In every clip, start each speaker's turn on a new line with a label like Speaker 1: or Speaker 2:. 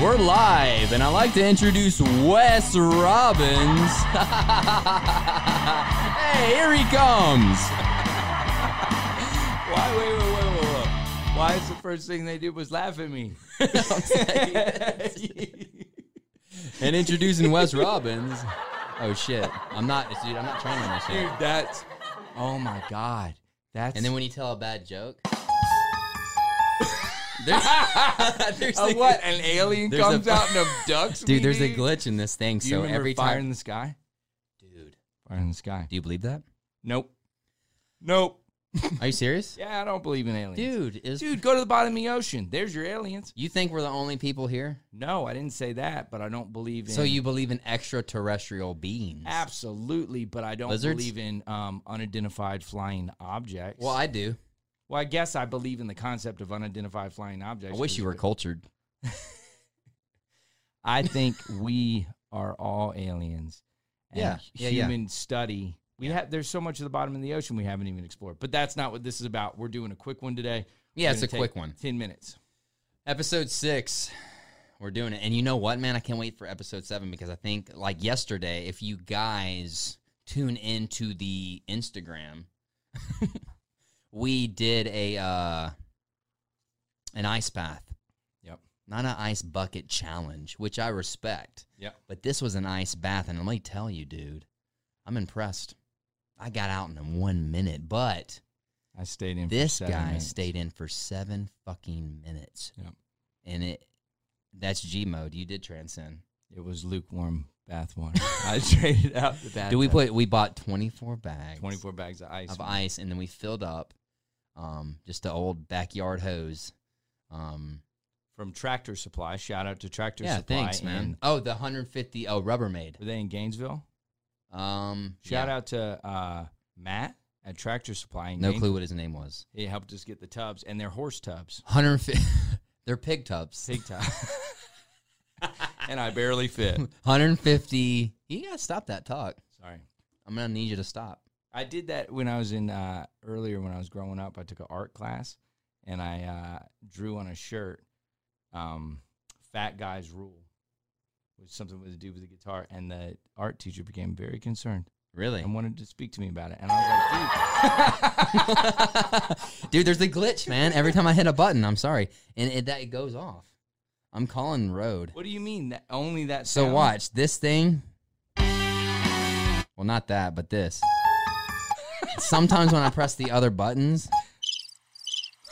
Speaker 1: we're live, and I'd like to introduce Wes Robbins. hey, here he comes.
Speaker 2: Why? Wait, wait, wait, wait, wait. Why is the first thing they did was laugh at me?
Speaker 1: and introducing Wes Robbins. Oh shit! I'm not, dude. I'm not trying on this
Speaker 2: Dude,
Speaker 1: shit.
Speaker 2: that's. Oh my god, that's.
Speaker 3: And then when you tell a bad joke, there's, there's
Speaker 2: a,
Speaker 3: the-
Speaker 2: uh, what? An alien
Speaker 1: There's a-
Speaker 2: comes out and abducts me.
Speaker 1: Dude, there's a glitch in this thing.
Speaker 2: Do you
Speaker 1: So
Speaker 2: remember
Speaker 1: every
Speaker 2: Fire
Speaker 1: time,
Speaker 2: in the Sky?
Speaker 3: Dude,
Speaker 2: Fire in the Sky.
Speaker 1: do you believe that?
Speaker 2: Nope. Nope.
Speaker 1: Are you serious?
Speaker 2: Yeah, I don't believe in aliens.
Speaker 3: dude, is
Speaker 2: Dude, go to the bottom of the ocean. There's your aliens.
Speaker 3: you think we're the only people here?
Speaker 2: No, I didn't say that, but I don't believe in.
Speaker 3: So you believe in extraterrestrial beings?
Speaker 2: absolutely, but I don't
Speaker 3: Lizards?
Speaker 2: believe in um, unidentified flying objects.
Speaker 3: Well, I do.
Speaker 2: Well, I guess I believe in the concept of unidentified flying
Speaker 3: I
Speaker 2: objects.
Speaker 3: wish you were cultured.
Speaker 2: I think we are all aliens.
Speaker 3: Yeah, yeah, yeah.
Speaker 2: Human study. We have there's so much at the bottom of the ocean we haven't even explored. But that's not what this is about. We're doing a quick one today.
Speaker 3: Yeah,
Speaker 2: We're
Speaker 3: it's a
Speaker 2: gonna
Speaker 3: quick
Speaker 2: take
Speaker 3: one.
Speaker 2: Ten minutes.
Speaker 3: Episode six, we're doing it, and you know what, man? I can't wait for episode seven because I think like yesterday, if you guys tune into the Instagram, we did a uh, an ice bath.
Speaker 2: Yep.
Speaker 3: not an ice bucket challenge, which I respect.
Speaker 2: Yep.
Speaker 3: But this was an ice bath, and let me tell you, dude, I'm impressed. I got out in one minute, but
Speaker 2: I stayed in. for
Speaker 3: this
Speaker 2: seven
Speaker 3: guy
Speaker 2: minutes.
Speaker 3: stayed in for seven fucking minutes.
Speaker 2: Yep.
Speaker 3: And it that's G mode. You did transcend.
Speaker 2: It was lukewarm bath water. I traded out the bath.
Speaker 3: Do we
Speaker 2: bath.
Speaker 3: put we bought twenty four bags
Speaker 2: 24 bags of ice?
Speaker 3: of ice and then we filled up um just the old backyard hose. Um
Speaker 2: from Tractor Supply. Shout out to Tractor
Speaker 3: yeah,
Speaker 2: Supply.
Speaker 3: thanks, man. oh, the 150 oh Rubbermaid.
Speaker 2: in- were they in Gainesville?
Speaker 3: Um
Speaker 2: Shout
Speaker 3: yeah.
Speaker 2: out to uh, Matt at Tractor Supply. In
Speaker 3: No
Speaker 2: Gainesville.
Speaker 3: clue what his name was.
Speaker 2: He helped us get the tubs and they're horse tubs,
Speaker 3: 150 they're pig tubs
Speaker 2: pig tubs. and I barely fit.
Speaker 3: 150 you gotta stop that talk
Speaker 2: Sorry.
Speaker 3: i'm gonna need you to stop
Speaker 2: I did that when I was in uh, earlier when I was growing up. I took an art class and I uh, drew on a shirt. Um, Fat guy's rule was something with a dude with a guitar, and the art teacher became very concerned
Speaker 3: really
Speaker 2: and wanted to speak to me about it. And I was like, dude,
Speaker 3: dude there's a glitch man every time i hit a button i'm sorry and it, that it goes off i'm calling road
Speaker 2: what do you mean that only that?
Speaker 3: so
Speaker 2: sound?
Speaker 3: watch this thing well not that but this sometimes when i press the other buttons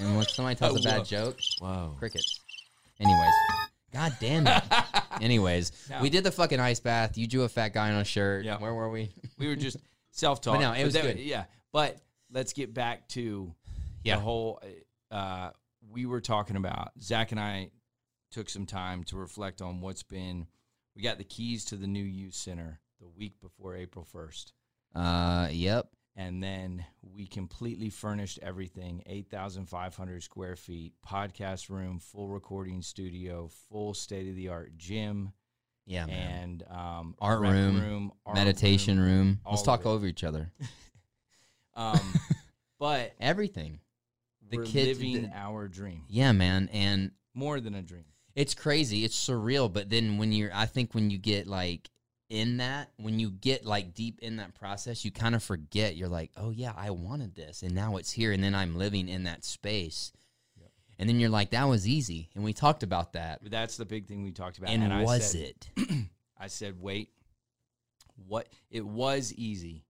Speaker 3: and when somebody tells a bad joke
Speaker 2: Whoa.
Speaker 3: crickets. Anyways, god damn it. Anyways, we did the fucking ice bath. You drew a fat guy on a shirt.
Speaker 2: Yeah.
Speaker 3: Where were we?
Speaker 2: We were just self talk.
Speaker 3: But no, it was good.
Speaker 2: Yeah, but let's get back to
Speaker 3: Yeah.
Speaker 2: the whole. Uh, we were talking about Zach and I took some time to reflect on what's been. We got the keys to the new youth center the week before April first,
Speaker 3: Uh, yep.
Speaker 2: and then we completely furnished everything: eight thousand five hundred square feet, podcast room, full recording studio, full state of the art gym,
Speaker 3: Yeah, man.
Speaker 2: and um,
Speaker 3: Art
Speaker 2: rec
Speaker 3: room,
Speaker 2: art
Speaker 3: Meditation room. Let's
Speaker 2: all of
Speaker 3: talk
Speaker 2: it.
Speaker 3: over each other.
Speaker 2: Um, but
Speaker 3: Everything. The
Speaker 2: the we're
Speaker 3: kids-
Speaker 2: living
Speaker 3: the-
Speaker 2: our dream
Speaker 3: Yeah, man. And
Speaker 2: more than a dream
Speaker 3: it's crazy. It's surreal. But then when you're, I think when you get like in that, when you get like deep in that process, you kind of forget. You're like, oh yeah, I wanted this, and now it's here, and then I'm living in that space. And then you're like, that was easy. And we talked about that.
Speaker 2: But that's the big thing we talked about
Speaker 3: And,
Speaker 2: I
Speaker 3: was
Speaker 2: said,
Speaker 3: it?
Speaker 2: i said wait what it was easy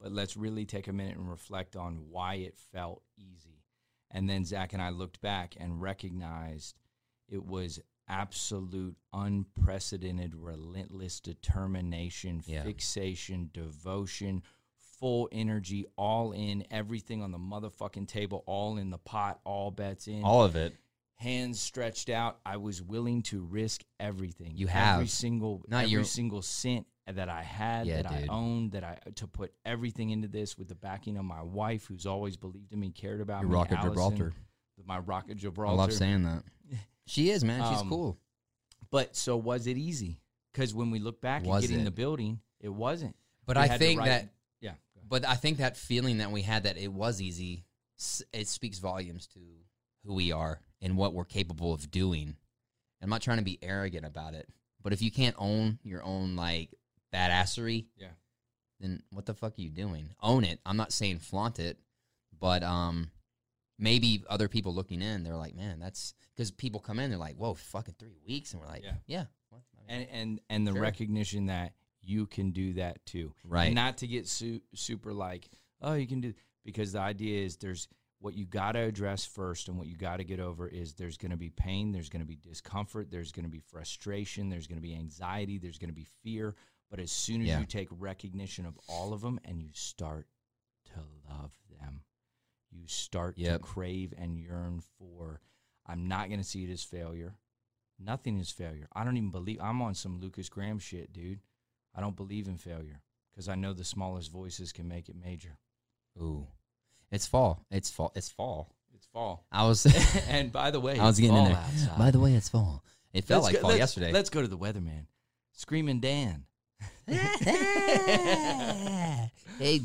Speaker 2: but let's really take a minute and reflect on why it felt easy and then zach and i looked back and recognized it was absolute unprecedented relentless determination
Speaker 3: Yeah.
Speaker 2: fixation devotion full energy all in everything on the motherfucking table all in the pot all bets in
Speaker 3: All of it.
Speaker 2: hands stretched out. I was willing to risk everything.
Speaker 3: You have.
Speaker 2: every single
Speaker 3: Not
Speaker 2: every
Speaker 3: your-
Speaker 2: single cent that I had,
Speaker 3: Yeah,
Speaker 2: that
Speaker 3: dude.
Speaker 2: I owned, that I to put everything into this with the backing of my wife, who's always believed in me, cared about
Speaker 3: Your
Speaker 2: me.
Speaker 3: Rock of
Speaker 2: Allison,
Speaker 3: Gibraltar.
Speaker 2: my rock of
Speaker 3: I
Speaker 2: Gibraltar.
Speaker 3: love saying that. She is, man. She's
Speaker 2: Um,
Speaker 3: cool.
Speaker 2: But so was it easy? Because when we look back at
Speaker 3: Was
Speaker 2: getting
Speaker 3: it?
Speaker 2: the building, it wasn't.
Speaker 3: But
Speaker 2: we
Speaker 3: I
Speaker 2: had to
Speaker 3: think
Speaker 2: write-
Speaker 3: that,
Speaker 2: Yeah. go ahead.
Speaker 3: but I think that feeling that we had that it was easy, s- it speaks volumes to who we are and what we're capable of doing. I'm not trying to be arrogant about it, but if you can't own your own like badassery,
Speaker 2: Yeah.
Speaker 3: then what the fuck are you doing? Own it. I'm not saying flaunt it, but um, maybe other people looking in, they're like, man, that's because people come in, they're like, whoa, fucking three weeks, and we're like, yeah,
Speaker 2: Yeah.
Speaker 3: what? I mean,
Speaker 2: and and and the
Speaker 3: Sure.
Speaker 2: recognition that you can do that too.
Speaker 3: right,
Speaker 2: Not to get su- super like, oh, you can do because the idea is there's what you got to address first and what you got to get over is there's going to be pain, there's going to be discomfort, there's going to be frustration, there's going to be anxiety, there's going to be fear, but as soon as
Speaker 3: Yeah.
Speaker 2: you take recognition of all of them and you start to love them, you start
Speaker 3: Yep.
Speaker 2: to crave and yearn for I'm not going to see it as failure. Nothing is failure. I don't even believe I'm on some Lucas Graham shit, dude. I don't believe in failure because I know the smallest voices can make it major.
Speaker 3: ooh, it's fall, it's fall, it's fall.
Speaker 2: It's fall.
Speaker 3: I was,
Speaker 2: and by the way,
Speaker 3: I was
Speaker 2: it's
Speaker 3: getting in
Speaker 2: fall
Speaker 3: there.
Speaker 2: outside.
Speaker 3: By the way, it's fall. It felt like
Speaker 2: Let's go-
Speaker 3: fall
Speaker 2: let's-
Speaker 3: yesterday.
Speaker 2: Let's go to the weatherman, Screaming Dan.
Speaker 3: hey,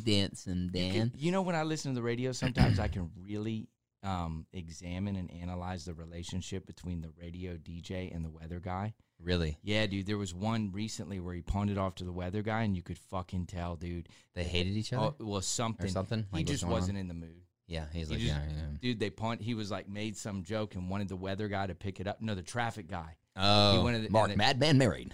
Speaker 3: dancing
Speaker 2: You
Speaker 3: Dan.
Speaker 2: can- You know, when I listen to the radio, sometimes I can really um, examine and analyze the relationship between the radio DJ and the weather guy.
Speaker 3: Really,
Speaker 2: Yeah, dude, there was one recently where he pawned it off to the weather guy, and you could fucking tell, dude.
Speaker 3: they hated each other
Speaker 2: Oh, well, something.
Speaker 3: or something.
Speaker 2: He
Speaker 3: Like, what's
Speaker 2: just
Speaker 3: going on?
Speaker 2: wasn't in the mood.
Speaker 3: Yeah, he's
Speaker 2: he
Speaker 3: like,
Speaker 2: just-
Speaker 3: yeah, yeah.
Speaker 2: Dude, they pawned. He was like made some joke and wanted the weather guy to pick it up. No, the traffic guy.
Speaker 3: Oh,
Speaker 2: wanted it- and
Speaker 3: Mark
Speaker 2: they-
Speaker 3: Madman married.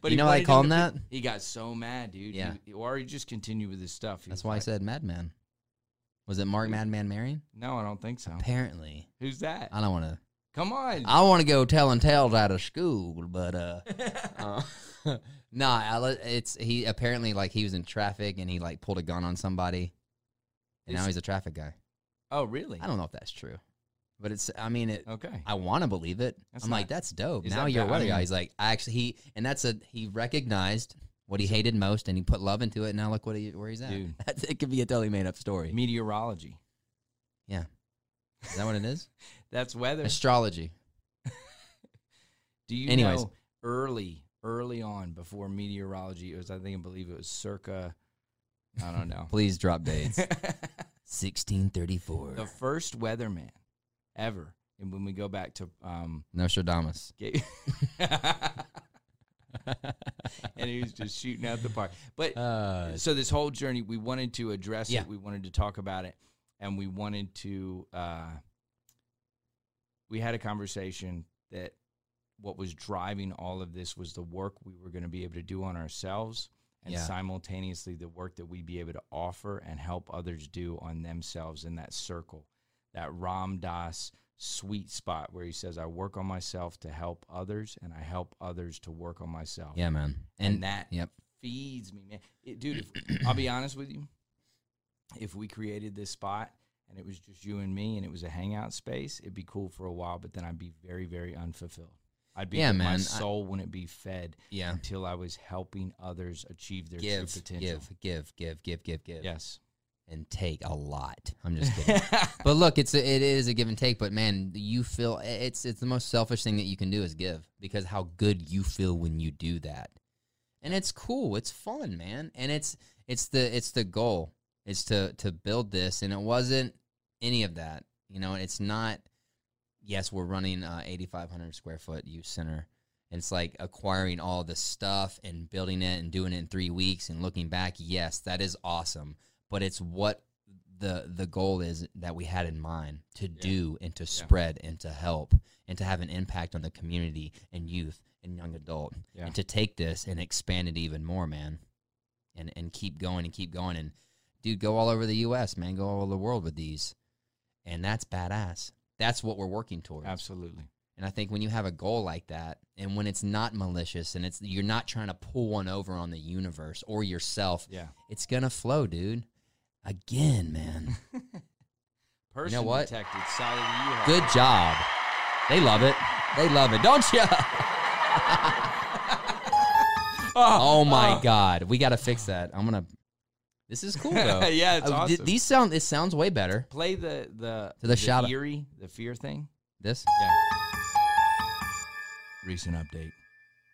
Speaker 2: but
Speaker 3: you know why I
Speaker 2: wanted
Speaker 3: call
Speaker 2: to
Speaker 3: him
Speaker 2: pick-
Speaker 3: that?
Speaker 2: He got so mad, dude.
Speaker 3: Yeah.
Speaker 2: He, or he just continued with his stuff. He
Speaker 3: That's
Speaker 2: was
Speaker 3: why I
Speaker 2: like,
Speaker 3: said Madman. Was it Mark Madman married?
Speaker 2: No, I don't think so.
Speaker 3: Apparently,
Speaker 2: Who's that?
Speaker 3: I don't want to.
Speaker 2: Come on.
Speaker 3: I want to go telling tales out of school, but uh, uh nah, I, let- it's he apparently like he was in traffic and he like pulled a gun on somebody, and now
Speaker 2: Is-
Speaker 3: he's a traffic guy.
Speaker 2: oh, really?
Speaker 3: I don't know if that's true, but it's. I mean, it.
Speaker 2: Okay.
Speaker 3: I want to believe it.
Speaker 2: That's
Speaker 3: I'm like,
Speaker 2: not-
Speaker 3: that's dope.
Speaker 2: is
Speaker 3: Now
Speaker 2: that
Speaker 3: you're a
Speaker 2: bad? I
Speaker 3: weather guy.
Speaker 2: mean-
Speaker 3: He's like, I actually he, and that's a he recognized what he hated most, and he put love into it. Now look what he where he's at.
Speaker 2: Dude.
Speaker 3: That's, it could be a totally made up story.
Speaker 2: Meteorology.
Speaker 3: Is that what it is?
Speaker 2: That's weather.
Speaker 3: Astrology.
Speaker 2: Do you
Speaker 3: Anyways.
Speaker 2: know early, early on before meteorology? It was, I think, I believe it was circa. I don't know.
Speaker 3: Please drop dates.
Speaker 2: the
Speaker 3: 1634.
Speaker 2: first weatherman ever, and when we go back to um,
Speaker 3: Nostradamus.
Speaker 2: Ga- and he was just shooting out the park. But
Speaker 3: Uh,
Speaker 2: so this whole journey, we wanted to address
Speaker 3: Yeah.
Speaker 2: it. We wanted to talk about it, and we wanted to. Uh, we had a conversation that what was driving all of this was the work we were going to be able to do on ourselves, and
Speaker 3: Yeah.
Speaker 2: simultaneously the work that we'd be able to offer and help others do on themselves in that circle, that Ram Dass sweet spot where he says, "I work on myself to help others, and I help others to work on myself."
Speaker 3: yeah, man. And,
Speaker 2: And that
Speaker 3: Yep.
Speaker 2: feeds me, man. It, dude, if, I'll be honest with you. If we created this spot and it was just you and me and it was a hangout space, it'd be cool for a while, but then I'd be very, very unfulfilled. I'd be,
Speaker 3: Yeah,
Speaker 2: yeah, my
Speaker 3: man, I-
Speaker 2: soul wouldn't be fed
Speaker 3: Yeah.
Speaker 2: until I was helping others achieve their
Speaker 3: Give,
Speaker 2: true potential.
Speaker 3: give, give, give, give, give, give,
Speaker 2: Yes.
Speaker 3: and take a lot. I'm just kidding. but look, it's a, it is a give and take. But man, you feel it's it's the most selfish thing that you can do is give because how good you feel when you do that, and it's cool, it's fun, man, and it's it's the it's the goal is to to build this, and it wasn't any of that, you know. It's not. Yes, we're running uh, 8,500 square foot youth center. And it's like acquiring all this stuff and building it and doing it in three weeks and looking back. Yes, that is awesome, but it's what the the goal is that we had in mind to do and to spread and to help and to have an impact on the community and youth and young adult
Speaker 2: Yeah.
Speaker 3: and to take this and expand it even more man and and keep going and keep going and dude go all over the US man go all over the world with these and that's badass that's what we're working towards
Speaker 2: Absolutely.
Speaker 3: and I think when you have a goal like that, and when it's not malicious, and it's you're not trying to pull one over on the universe or yourself,
Speaker 2: Yeah.
Speaker 3: it's gonna flow, dude. Again, man.
Speaker 2: Person
Speaker 3: what?
Speaker 2: detected, solid U-Haul.
Speaker 3: Good job. They love it. They love it, don't you? oh my God, we gotta fix that. I'm gonna. This is cool though.
Speaker 2: yeah, it's
Speaker 3: Uh, th-
Speaker 2: awesome.
Speaker 3: These sound. This sounds way better.
Speaker 2: Play the the,
Speaker 3: To the shout-
Speaker 2: eerie, the fear thing.
Speaker 3: This.
Speaker 2: Yeah. Recent update.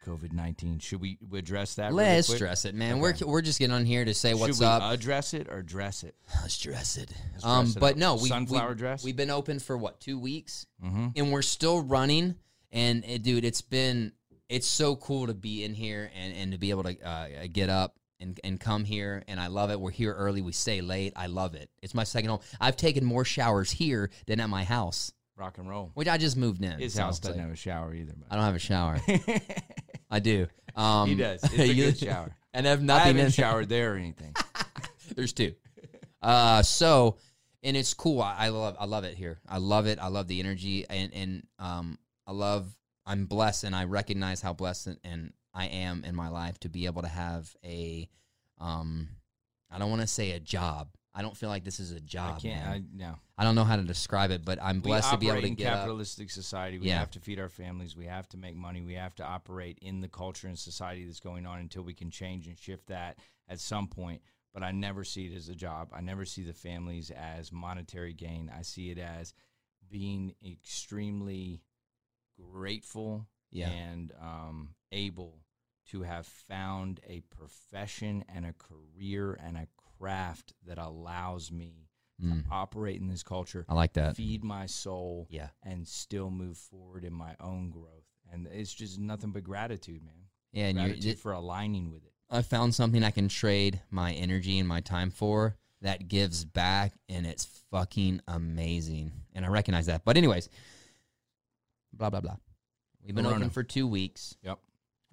Speaker 2: COVID nineteen. Should we address that? really
Speaker 3: Let's
Speaker 2: quick?
Speaker 3: dress it, man.
Speaker 2: Okay.
Speaker 3: We're we're just getting on here to say what's
Speaker 2: Should we
Speaker 3: up.
Speaker 2: address it or dress it?
Speaker 3: Let's dress it.
Speaker 2: Let's
Speaker 3: Um,
Speaker 2: dress it
Speaker 3: but
Speaker 2: up.
Speaker 3: no, we
Speaker 2: Sunflower
Speaker 3: we,
Speaker 2: dress?
Speaker 3: We've been open for what two weeks,
Speaker 2: Mm-hmm.
Speaker 3: and we're still running. And it, dude, it's been it's so cool to be in here and and to be able to uh, get up. And, and come here and I love it. We're here early. We stay late. I love it. It's my second home. I've taken more showers here than at my house,
Speaker 2: Rock and roll.
Speaker 3: which I just moved in.
Speaker 2: His
Speaker 3: so
Speaker 2: house
Speaker 3: it's
Speaker 2: doesn't
Speaker 3: like-
Speaker 2: have a shower either.
Speaker 3: I don't have a shower.
Speaker 2: But.
Speaker 3: I do. Um,
Speaker 2: he does. It's a
Speaker 3: you-
Speaker 2: good shower.
Speaker 3: And I have
Speaker 2: I
Speaker 3: nothing
Speaker 2: haven't
Speaker 3: in
Speaker 2: showered there or anything.
Speaker 3: There's two. Uh, so, and it's cool. I, I love, I love it here. I love it. I love the energy, and and um, I love. I'm blessed, and I recognize how blessed and, and I am in my life to be able to have a, um, I don't want to say a job. I don't feel like this is a
Speaker 2: I
Speaker 3: job.
Speaker 2: can't.
Speaker 3: Ah, man.
Speaker 2: I, no.
Speaker 3: I, don't know how to describe it, but I'm blessed
Speaker 2: we
Speaker 3: to be able
Speaker 2: operate
Speaker 3: to
Speaker 2: in
Speaker 3: get up.
Speaker 2: capitalistic society. We
Speaker 3: Yeah.
Speaker 2: have to feed our families. We have to make money. We have to operate in the culture and society that's going on until we can change and shift that at some point. But I never see it as a job. I never see the families as monetary gain. I see it as being extremely grateful
Speaker 3: Yeah.
Speaker 2: and um, able to have found a profession and a career and a craft that allows me
Speaker 3: Mm,
Speaker 2: to operate in this culture
Speaker 3: I like that.
Speaker 2: feed my soul
Speaker 3: Yeah.
Speaker 2: and still move forward in my own growth. And it's just nothing but gratitude, man.
Speaker 3: Yeah, and
Speaker 2: gratitude
Speaker 3: you're,
Speaker 2: for aligning with it.
Speaker 3: I found something I can trade my energy and my time for that gives back, and it's fucking amazing. And I recognize that. But anyways, blah blah blah. We've been
Speaker 2: Corona.
Speaker 3: open for two weeks.
Speaker 2: Yep.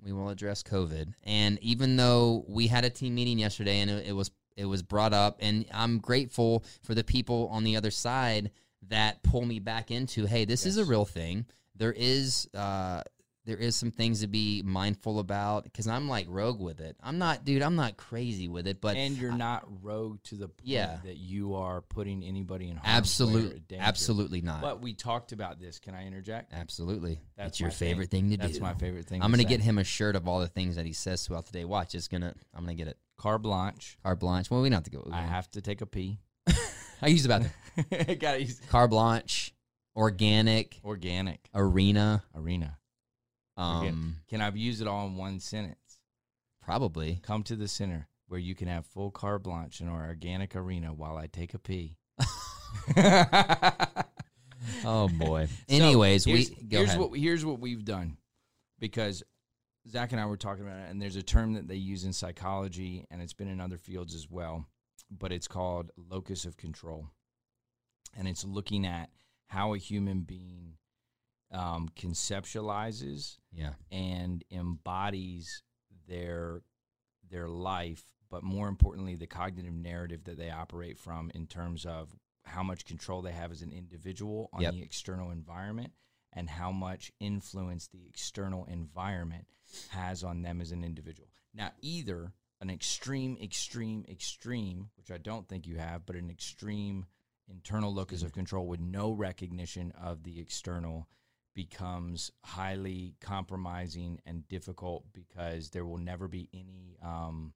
Speaker 3: We will address COVID, and even though we had a team meeting yesterday, and it, it was it was brought up, and I'm grateful for the people on the other side that pull me back into, hey, this is a
Speaker 2: Yes.
Speaker 3: real thing. There is uh, there is some things to be mindful about because I'm like rogue with it. I'm not, dude. I'm not crazy with it, but
Speaker 2: and you're not rogue to the point
Speaker 3: Yeah.
Speaker 2: that you are putting anybody in harm's way or
Speaker 3: absolutely,
Speaker 2: danger.
Speaker 3: absolutely not.
Speaker 2: But we talked about this. Can I interject?
Speaker 3: absolutely,
Speaker 2: That's
Speaker 3: it's your
Speaker 2: my thing.
Speaker 3: favorite thing, to do.
Speaker 2: That's my favorite thing.
Speaker 3: I'm gonna
Speaker 2: say.
Speaker 3: get him a shirt of all the things that he says throughout the day. Watch, it's gonna. I'm gonna get it.
Speaker 2: car blanche.
Speaker 3: Carte blanche. Well, we don't have to go.
Speaker 2: I have to take a pee.
Speaker 3: I use about the
Speaker 2: Got to
Speaker 3: carte blanche, organic
Speaker 2: organic
Speaker 3: arena.
Speaker 2: arena. Organic.
Speaker 3: Um,
Speaker 2: Can I use it all in one sentence?
Speaker 3: probably.
Speaker 2: Come to the center where you can have full carte blanche in our organic arena while I take a pee.
Speaker 3: Oh boy.
Speaker 2: So,
Speaker 3: Anyways, we
Speaker 2: here's,
Speaker 3: go
Speaker 2: here's
Speaker 3: ahead.
Speaker 2: what here's what we've done because Zach and I were talking about it, and there's a term that they use in psychology, and it's been in other fields as well, but it's called locus of control, and it's looking at how a human being um, conceptualizes
Speaker 3: yeah.
Speaker 2: and embodies their their life but more importantly the cognitive narrative that they operate from in terms of how much control they have as an individual on
Speaker 3: Yep.
Speaker 2: the external environment and how much influence the external environment has on them as an individual now either an extreme extreme extreme which i don't think you have but an extreme internal locus of control with no recognition of the external becomes highly compromising and difficult because there will never be any um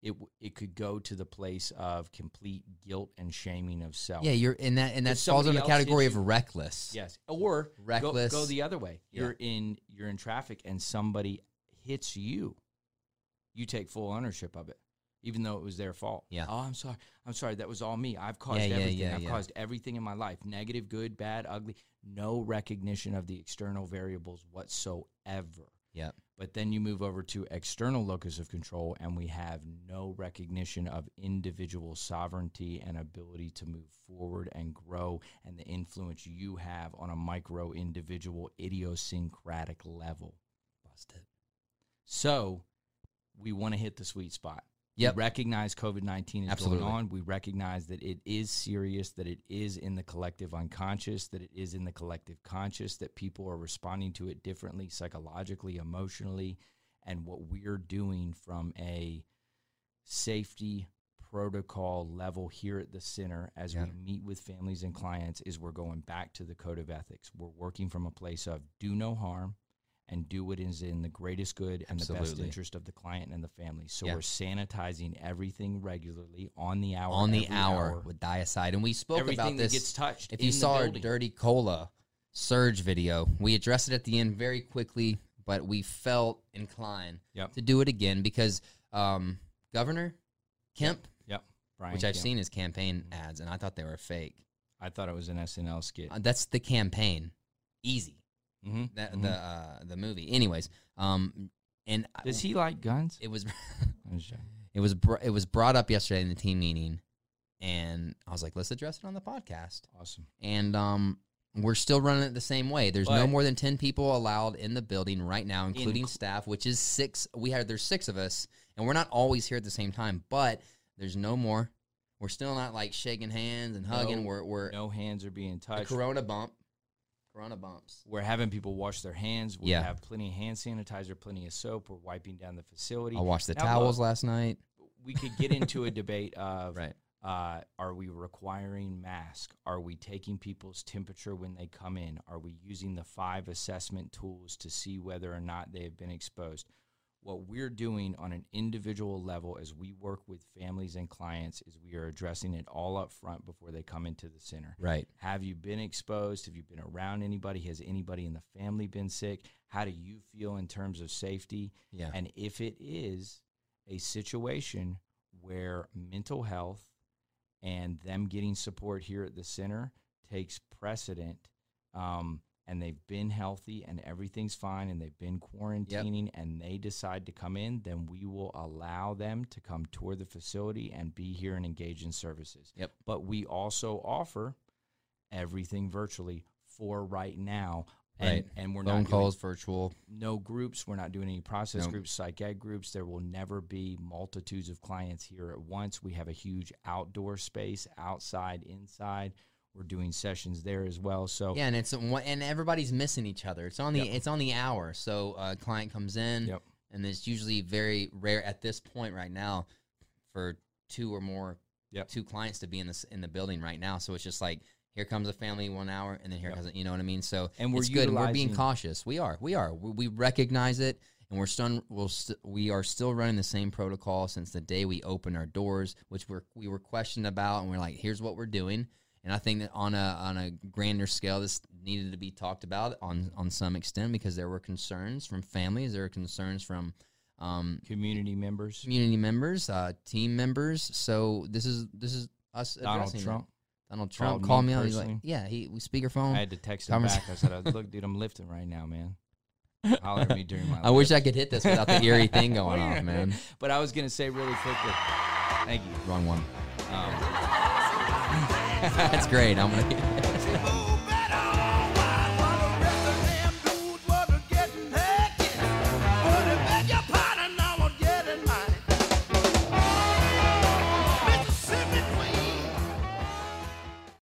Speaker 2: it w- it could go to the place of complete guilt and shaming of self
Speaker 3: Yeah, you're in that, and that
Speaker 2: Oh. If
Speaker 3: falls
Speaker 2: somebody
Speaker 3: in the
Speaker 2: else
Speaker 3: category
Speaker 2: hits
Speaker 3: of reckless.
Speaker 2: yes or go-
Speaker 3: Reckless.
Speaker 2: go, the other way
Speaker 3: Yeah.
Speaker 2: you're in you're in traffic and somebody hits you you take full ownership of it even though it was their fault
Speaker 3: Yeah.
Speaker 2: oh i'm sorry i'm sorry that was all me i've caused
Speaker 3: Yeah, yeah,
Speaker 2: everything
Speaker 3: yeah,
Speaker 2: i've
Speaker 3: yeah.
Speaker 2: caused everything in my life negative good bad ugly no recognition of the external variables whatsoever
Speaker 3: Yep.
Speaker 2: but then you move over to external locus of control, and we have no recognition of individual sovereignty and ability to move forward and grow and the influence you have on a micro individual idiosyncratic level.
Speaker 3: Busted.
Speaker 2: So we want to hit the sweet spot.
Speaker 3: Yep.
Speaker 2: We recognize COVID 19 is
Speaker 3: Absolutely.
Speaker 2: going on. We recognize that it is serious, that it is in the collective unconscious, that it is in the collective conscious, that people are responding to it differently psychologically, emotionally. And what we're doing from a safety protocol level here at the center as
Speaker 3: Yeah.
Speaker 2: we meet with families and clients is we're going back to the code of ethics. We're working from a place of do no harm and do what is in the greatest good and the best
Speaker 3: Absolutely.
Speaker 2: interest of the client and the family. So
Speaker 3: Yeah.
Speaker 2: we're sanitizing everything regularly on the hour.
Speaker 3: on the
Speaker 2: every
Speaker 3: hour, with Diacide, and we spoke
Speaker 2: everything
Speaker 3: about this.
Speaker 2: that gets touched.
Speaker 3: if
Speaker 2: in
Speaker 3: you
Speaker 2: the
Speaker 3: saw our
Speaker 2: building.
Speaker 3: dirty cola surge video, we addressed it at the end very quickly. but we felt inclined
Speaker 2: Yep.
Speaker 3: to do it again because um, Governor Kemp,
Speaker 2: Brian
Speaker 3: which I've
Speaker 2: Kemp. Mm-hmm.
Speaker 3: seen his campaign ads, and I thought they were fake.
Speaker 2: I thought it was an SNL skit.
Speaker 3: Uh, that's the campaign, easy.
Speaker 2: hmm
Speaker 3: That
Speaker 2: Mhm.
Speaker 3: the uh, the movie. Anyways, um, and I-
Speaker 2: Does he like guns?
Speaker 3: It was
Speaker 2: I'm just joking.
Speaker 3: it was br- it was brought up yesterday in the team meeting, and I was like, let's address it on the podcast.
Speaker 2: Awesome.
Speaker 3: and um, we're still running it the same way. There's no
Speaker 2: But-
Speaker 3: more than ten people allowed in the building right now, including
Speaker 2: Inclu-
Speaker 3: staff, which is six. We had there's six of us, and we're not always here at the same time, but there's no more. We're still not like shaking hands and hugging.
Speaker 2: No,
Speaker 3: we're we're
Speaker 2: No hands are being
Speaker 3: Er the
Speaker 2: touched.
Speaker 3: Corona bump, Corona bumps.
Speaker 2: We're having people wash their hands. We
Speaker 3: Yeah.
Speaker 2: have plenty of hand sanitizer, plenty of soap. We're wiping down the facility.
Speaker 3: I washed the
Speaker 2: Now,
Speaker 3: towels last night.
Speaker 2: We could get into a debate of
Speaker 3: Right.
Speaker 2: uh, are we requiring masks? Are we taking people's temperature when they come in? Are we using the five assessment tools to see whether or not they have been exposed? What we're doing on an individual level as we work with families and clients is we are addressing it all up front before they come into the center.
Speaker 3: Right.
Speaker 2: Have you been exposed? Have you been around anybody? Has anybody in the family been sick? How do you feel in terms of safety?
Speaker 3: Yeah.
Speaker 2: And if it is a situation where mental health and them getting support here at the center takes precedent, um, and they've been healthy and everything's fine and they've been quarantining and they decide to come in, then we will allow them to come tour the facility and be here and engage in services.
Speaker 3: Yep.
Speaker 2: But we also offer everything virtually for right now. And,
Speaker 3: Right.
Speaker 2: and we're
Speaker 3: Phone
Speaker 2: not doing
Speaker 3: calls, virtual.
Speaker 2: no groups. We're not doing any process
Speaker 3: Nope.
Speaker 2: groups, psych ed groups. There will never be multitudes of clients here at once. We have a huge outdoor space outside, inside. We're doing sessions there as well. So,
Speaker 3: Yeah, and it's one- and everybody's missing each other. It's on the it's on the hour. So a client comes in,
Speaker 2: Yep.
Speaker 3: and it's usually very rare at this point right now for two or more
Speaker 2: Yep.
Speaker 3: two clients to be in this in the building right now. So it's just like here comes a family one hour, and then here comes you know what I mean. So
Speaker 2: And we're
Speaker 3: it's good. We're being
Speaker 2: utilizing-
Speaker 3: cautious. We are we are we, we recognize it. And we're still we'll st- we are still running the same protocol since the day we opened our doors, which we're, we were questioned about, and we're like, here's what we're doing. And I think that on a on a grander scale, this needed to be talked about on on some extent because there were concerns from families, there were concerns from um,
Speaker 2: community members,
Speaker 3: community members, uh, team members. So this is this is us
Speaker 2: Donald
Speaker 3: addressing it.
Speaker 2: Trump.
Speaker 3: Donald Trump
Speaker 2: Called me
Speaker 3: called me, out. He's like,
Speaker 2: personally.
Speaker 3: yeah, he we
Speaker 2: I
Speaker 3: speakerphone. I,
Speaker 2: had to text him
Speaker 3: Convers-
Speaker 2: back. I said, "Uh, "Look, dude, I'm lifting right now, man. Holler at me during my."
Speaker 3: wish
Speaker 2: lift."
Speaker 3: I could hit this without the eerie thing going on, man.
Speaker 2: But I was gonna say really quickly. Thank you.
Speaker 3: Wrong one.
Speaker 2: Um,
Speaker 3: That's great. I'm gonna.